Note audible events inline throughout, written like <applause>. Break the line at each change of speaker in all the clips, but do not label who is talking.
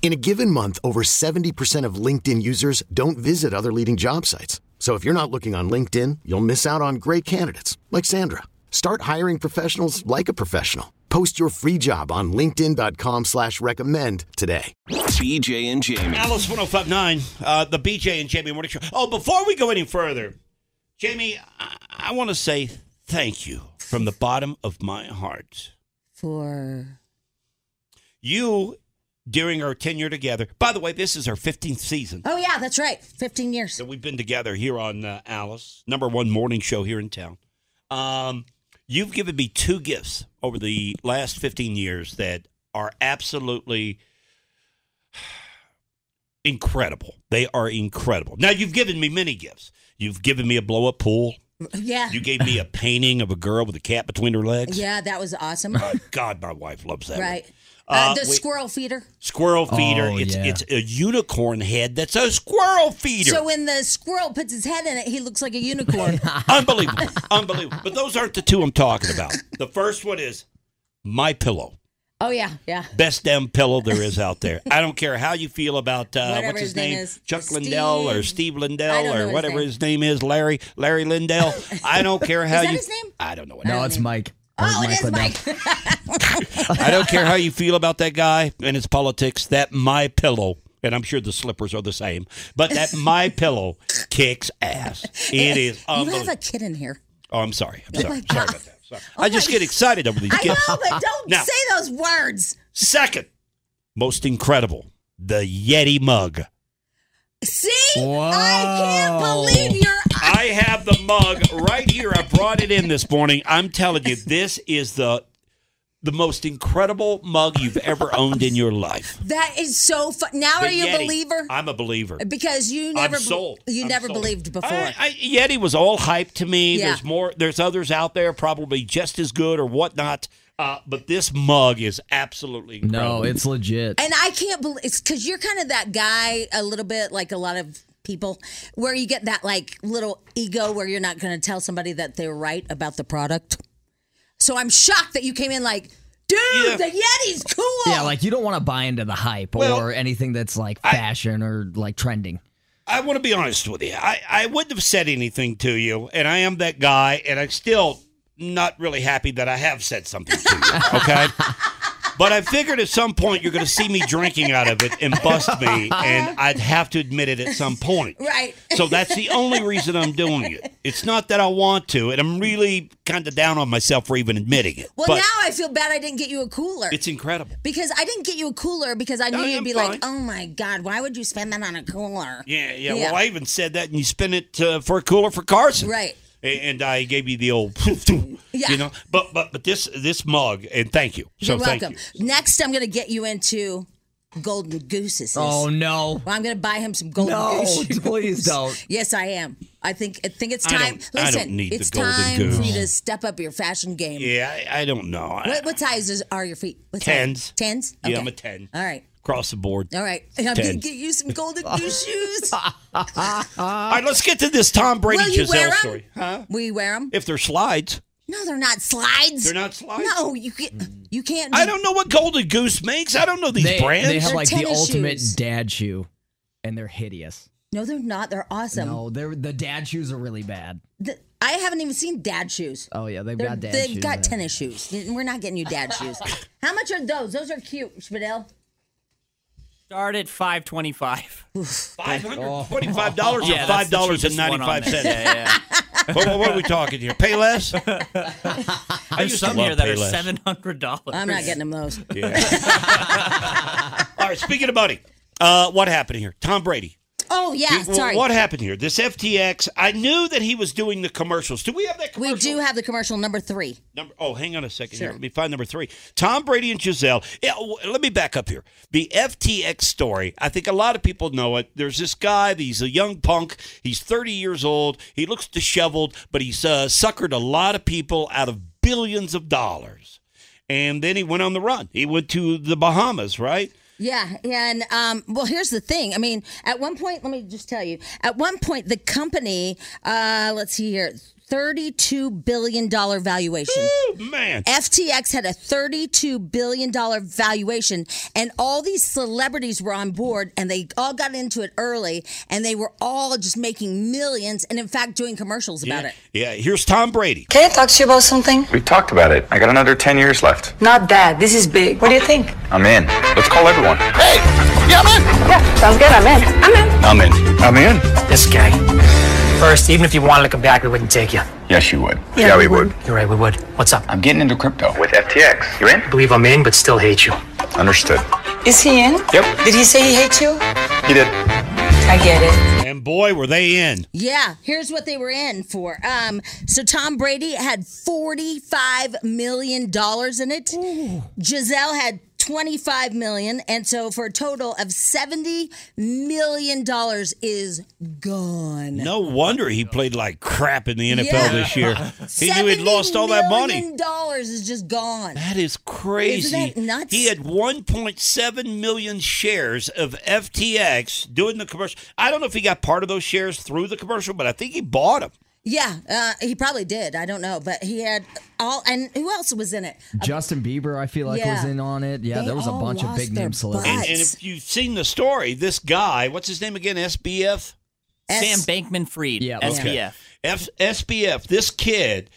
In a given month, over 70% of LinkedIn users don't visit other leading job sites. So if you're not looking on LinkedIn, you'll miss out on great candidates like Sandra. Start hiring professionals like a professional. Post your free job on LinkedIn.com slash recommend today.
BJ and Jamie.
Alice 1059, uh, the BJ and Jamie Morning Show. Oh, before we go any further, Jamie, I, I want to say thank you from the bottom of my heart.
for
You, during our tenure together, by the way, this is our 15th season
oh yeah that's right 15 years
that we've been together here on uh, Alice, number one morning show here in town. Um, you've given me two gifts over the last 15 years that are absolutely <sighs> incredible. They are incredible. Now, you've given me many gifts. You've given me a blow up pool.
yeah
You gave
<laughs>
me a painting of a girl with a cat between her legs. Uh,
yeah that was
<laughs>
awesome
God, my wife loves that. one.
right
Uh,
uh, the
wait.
squirrel feeder
Squirrel feeder.
Oh,
it's
yeah.
it's a unicorn head. That's a squirrel feeder.
so when the squirrel puts his head in it he looks like a
<laughs>
unicorn
Unbelievable. Unbelievable. But those aren't the two I'm talking about. The first one is my pillow.
oh yeah yeah
Best damn pillow there is out there. I don't care how you feel about uh,
Whatever
what's his,
his name
name,
is.
Chuck
Steve-
Lindell or Steve
I don't
Lindell
know
or
his
whatever
name.
his name is, Larry Larry
<laughs>
Lindell. I don't care how
Is that
you.
his name?
I don't know what.
No, it's Mike.
oh it
Mike
is
Lindell.
mike
I don't care how you feel about that guy and his politics. That my pillow, and I'm sure the slippers are the same, but that
<laughs>
my pillow kicks ass. It is.
you have
Unbelievable.
a kid in here
oh, I'm sorry. I'm sorry.
my
Sorry about
God.
that. Sorry. I just
oh my-
get excited over these
i know
kids.
but don't
Now-
say those words
Second, most incredible, the Yeti mug.
see i can't believe you're
I have the mug right here. I brought it in this morning. I'm telling you, this is the the most incredible mug you've ever owned in your life.
that is so fun now are
The
you a
Yeti.
believer
I'm a believer.
because you never
I'm
be-
sold.
you
I'm
never
sold.
believed before
I, I, Yeti was all hype to me.
Yeah.
There's more. There's others out there probably just as good or whatnot. Uh, but this mug is absolutely incredible.
No, it's legit.
And I can't believe it's because you're kind of that guy a little bit like a lot of people where you get that like little ego where you're not going to tell somebody that they're right about the product. So I'm shocked that you came in like, dude,
Yeah.
the Yeti's cool.
Yeah, like you don't want to buy into the hype
Well,
or anything that's like fashion or like trending.
I want to be honest with you. I, I wouldn't have said anything to you, and I am that guy, and I'm still not really happy that I have said something to you. <laughs> Okay. But I figured at some point you're going to see me drinking out of it and bust me, and I'd have to admit it at some point.
right.
So that's the only reason I'm doing it. It's not that I want to, and I'm really kind of down on myself for even admitting it.
Well,
but
now I feel bad I didn't get you a cooler.
it's incredible.
because I didn't get you a cooler because I knew
No,
you'd
I'm
be
fine.
like, oh my God, why would you spend that on a cooler?
Yeah, yeah.
Yeah.
Well, I even said that, and you spin it uh, for a cooler for Carson,
Right.
A- And I gave you the old,
<laughs>
you know. But but but this this mug, and thank you. So
You're
thank
welcome.
you.
Next, I'm going to get you into Golden Gooses.
Oh no,
Well, I'm going to buy him some golden <laughs>
No, <laughs>
goose. shoes.
please don't.
Yes, I am. I think I think it's
I don't-
time.
I don't
Listen,
need the
it's
golden
time for
goose.
you to step up your fashion game.
Yeah, I, I don't know. I-
What, what sizes are your feet? What size?
Tens.
Tens.
Yeah, I'm
Okay. Uh,
a ten
All right.
across the board.
All right. <laughs> And I'm going to
Ten.
get you some
<laughs>
golden goose shoes.
All right, let's get to this Tom Brady
Will you
Giselle
wear 'em?
story. Huh?
Will you wear them?
If they're slides,
No, they're not slides.
they're not slides. Mm.
No, you can't. You can't.
I don't know what Golden Goose makes. I don't know these
they,
brands.
they have
They're
like the
tennis
ultimate
shoes.
dad shoe, and they're hideous.
No, they're not. They're awesome.
No, they're the dad shoes are really bad.
Th- I haven't even seen dad shoes.
Oh yeah, they've
They're-
got dad
they've
shoes.
got
there.
tennis shoes. We're not getting you dad
<laughs>
shoes. How much are those? Those are cute, Spadell.
Start at 525.
Five hundred twenty-five dollars or
that's the
five dollars and
cheapest one on
ninety-five
there.
cents.
Yeah, yeah.
what, what- what are we talking here? Pay
<laughs>
less? <laughs> I
There's
used to
some here
love
that are
Payless.
seven hundred dollars.
I'm not getting them those.
All right, speaking of money, uh, what happened here? Tom Brady.
Oh yeah,
Dude, wh-
sorry.
What happened here? This FTX, I knew that he was doing the commercials. Do we have that
we
commercial?
do have the commercial number three.
Number, oh, hang on a second here. Let me find number three. Tom Brady and Giselle. Yeah, w- let me back up here. The FTX story. I think a lot of people know it. There's this guy. He's a young punk. He's 30 years old. He looks disheveled, but he's uh, suckered a lot of people out of billions of dollars. And then he went on the run. He went to the Bahamas, right?
Yeah, and um, well, here's the thing. I mean, at one point, let me just tell you. At one point, the company, uh, let's see here, thirty-two billion dollar valuation.
Oh, man.
FTX had a $32 billion valuation, and all these celebrities were on board, and they all got into it early, and they were all just making millions, and in fact, doing commercials about it.
Yeah, here's Tom Brady.
Can I talk to you about something?
We talked about it. I got another 10 years left.
Not that. This is big. What do you think?
I'm in. Let's call everyone. Hey! Yeah, I'm in!
Yeah, sounds good. I'm in. I'm in.
I'm in. I'm in?
This guy. First, even if you wanted to come back, we wouldn't take you.
Yes, you would. Yeah, we would.
You're right, we would. What's up? I
I'm getting into crypto. With FTX. You in?
believe I'm in, but still hate you.
Understood.
Is he in?
Yep.
Did he say he hates you?
You did.
I get it.
And boy, were they in.
Yeah, here's what they were in for. Um, so Tom Brady had $45 million in it. Giselle had 25 million and so for a total of 70 million dollars is gone.
No wonder he played like crap in the NFL
Yeah.
this year. He knew he'd lost all that money.
dollars is just gone.
That is crazy.
Isn't that nuts?
He had 1.7 million shares of FTX doing the commercial. I don't know if he got part of those shares through the commercial, but I think he bought them.
Yeah, uh, he probably did. I don't know, but he had all. And who else was in it?
Justin Bieber, I feel like, was
Yeah.
in on it. Yeah,
They
there was a
all
bunch of
lost
big
their
name
And,
celebrities.
butts.
and if you've seen the story, this guy, what's his name again? SBF?
S-
Sam Bankman Fried.
Yeah,
SBF.
okay.
F- SBF, this kid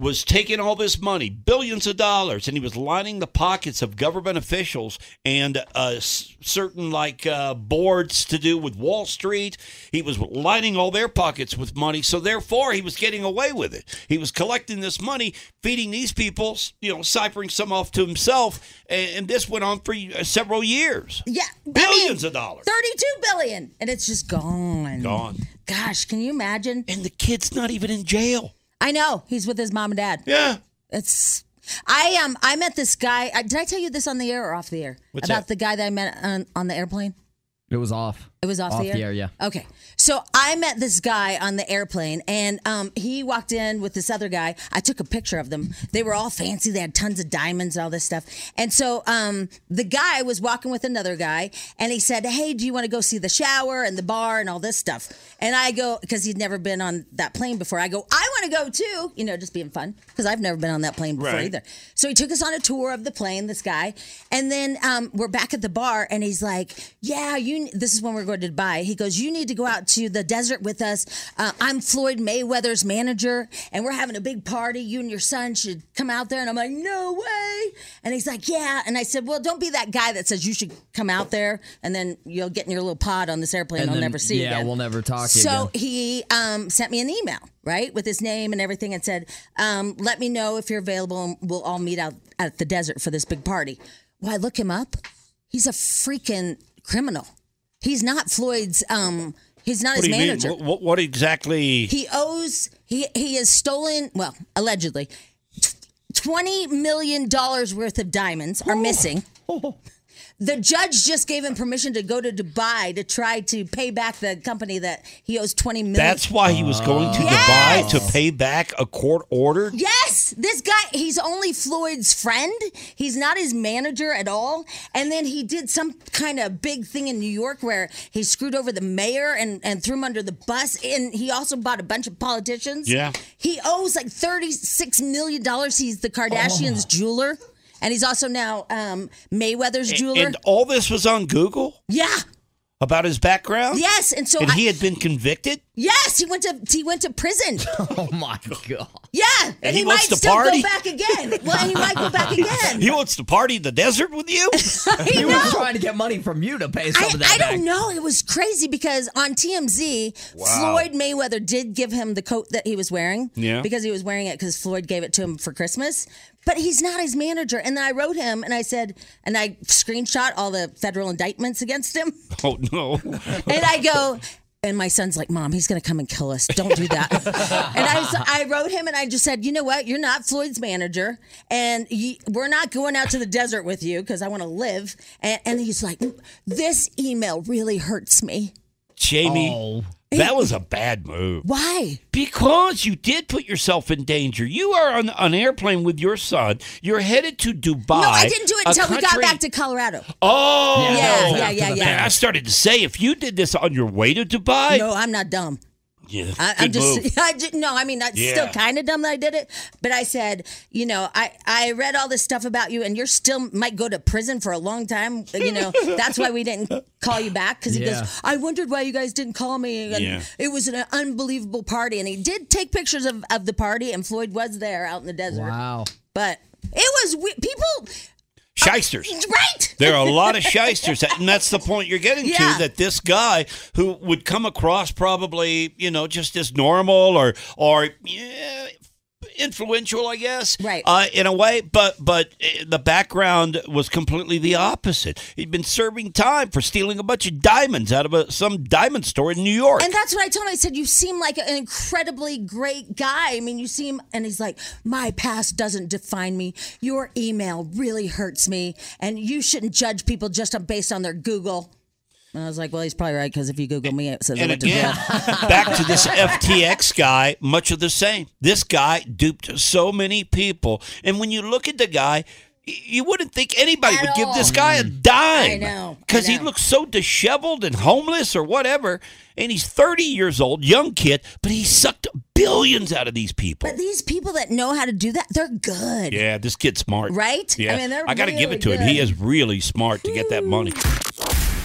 was taking all this money, billions of dollars, and he was lining the pockets of government officials and uh, s- certain like uh, boards to do with Wall Street. He was lining all their pockets with money, so therefore he was getting away with it. He was collecting this money, feeding these people, s- you know, ciphering some off to himself, and, and this went on for uh, several years.
yeah,
Billions
I mean,
of dollars.
Thirty-two billion, and it's just gone.
Gone.
Gosh, can you imagine?
And the kid's not even in jail.
I know he's with his mom and dad.
Yeah.
It's. I um. I met this guy. I, did I tell you this on the air or off the air?
What's
About
that?
the guy that I met on, on the airplane.
It was off.
It was off,
Off
the, air?
the air, yeah.
Okay. So I met this guy on the airplane, and um, he walked in with this other guy. I took a picture of them. They were all fancy. They had tons of diamonds and all this stuff. And so um, the guy was walking with another guy, and he said, "Hey, do you want to go see the shower and the bar and all this stuff?" And I go because he'd never been on that plane before. I go, "I want to go too." You know, just being fun because I've never been on that plane before
Right.
either. So he took us on a tour of the plane, this guy, and then um, we're back at the bar, and he's like, "Yeah, you." This is when we're going to Dubai. He goes, "You need to go out to the desert with us. Uh, I'm Floyd Mayweather's manager, and we're having a big party. You and your son should come out there." And I'm like, "No way!" And he's like, "Yeah." And I said, "Well, don't be that guy that says you should come out there, and then you'll get in your little pod on this airplane.
And
I'll
then-
never see you
yeah,
again."
we'll never talk to you
So
again.
he um, sent me an email, right, with his name and everything, and said, um, "Let me know if you're available, and we'll all meet out at the desert for this big party." Well, I look him up. He's a freaking criminal. He's not Floyd's. Um, he's not
What
his
do you
manager.
mean? What, what exactly?
He owes. He he has stolen. Well, allegedly, tw- twenty million dollars worth of diamonds are missing. The judge just gave him permission to go to Dubai to try to pay back the company that he owes twenty million.
That's why he was going to
Uh, Yes!
Dubai to pay back a court order.
Yes, this guy, he's only Floyd's friend. He's not his manager at all. And then he did some kind of big thing in New York where he screwed over the mayor and, and threw him under the bus. And he also bought a bunch of politicians.
Yeah.
He owes like $36 million. He's the Kardashians'
Oh.
jeweler. And he's also now um, Mayweather's jeweler.
And all this was on Google?
yeah.
about his background?
Yes, and so
and
I-
he had been convicted.
Yes, he went to he went to
<laughs>
prison.
<laughs> Oh my god!
Yeah, and,
And
he,
he
might
wants to
still
party?
go back again. Well, and he might
<laughs>
go back again.
He wants to party in the desert with
<laughs>
you.
he was
know.
trying to get money from you to pay some
I,
of that
I
back.
don't know. It was crazy because on TMZ,
Wow.
Floyd Mayweather did give him the coat that he was wearing.
Yeah.
Because he was wearing it because Floyd gave it to him for Christmas. But he's not his manager. And then I wrote him and I said, and I screenshot all the federal indictments against him.
Oh no!
And I go, and my son's like, Mom, he's going to come and kill us. Don't
<laughs>
do that. and I, s- I wrote him and I just said, You know what? You're not Floyd's manager. And ye we're not going out to the desert with you because I want to live. And, and he's like, This email really hurts me.
Jamie,
Oh.
that was a bad move.
Why?
Because you did put yourself in danger. You are on an airplane with your son. You're headed to Dubai.
No, I didn't do it
a
until we got
country-
back to Colorado.
Oh,
Yeah, yeah, yeah, yeah.
Man, I started to say if you did this on your way to Dubai.
no, I'm not dumb.
yeah,
I,
good
I'm just, <laughs>
move.
I ju- no, I mean, that's
Yeah.
still kind of dumb that I did it, but I said, you know, I, I read all this stuff about you and you're still might go to prison for a long time.
<laughs>
You know, that's why we didn't call you back because he
Yeah.
goes, I wondered why you guys didn't call me. And
Yeah.
It was an unbelievable party. And he did take pictures of, of the party and Floyd was there out in the desert.
Wow.
But it was, we- people,
Shysters.
right?
There are a lot of shysters, and that's the point you're getting
Yeah.
to. That this guy who would come across probably, you know, just as normal or or yeah, influential, I guess, right, uh, in a way, but but uh, the background was completely the opposite. He'd been serving time for stealing a bunch of diamonds out of a, some diamond store in New York.
And that's what I told him. I said, You seem like an incredibly great guy. I mean, you seem, and he's like, My past doesn't define me. Your email really hurts me. And you shouldn't judge people just on- based on their Google. And I was like, Well, he's probably right because if you Google me, it says I
And
went
again,
to
<laughs>
jail.
back to this FTX guy, much of the same. This guy duped so many people. And when you look at the guy, y- you wouldn't think anybody
At
would give this
all.
guy a dime.
I know, I
Because he
know.
looks so disheveled and homeless or whatever. And he's 30 years old, young kid, but he sucked billions out of these people.
But these people that know how to do that, they're good.
Yeah, this kid's smart.
Right? I
Yeah. I,
mean, they're
got to give
really
it to him. He
good.
is really smart to get that money.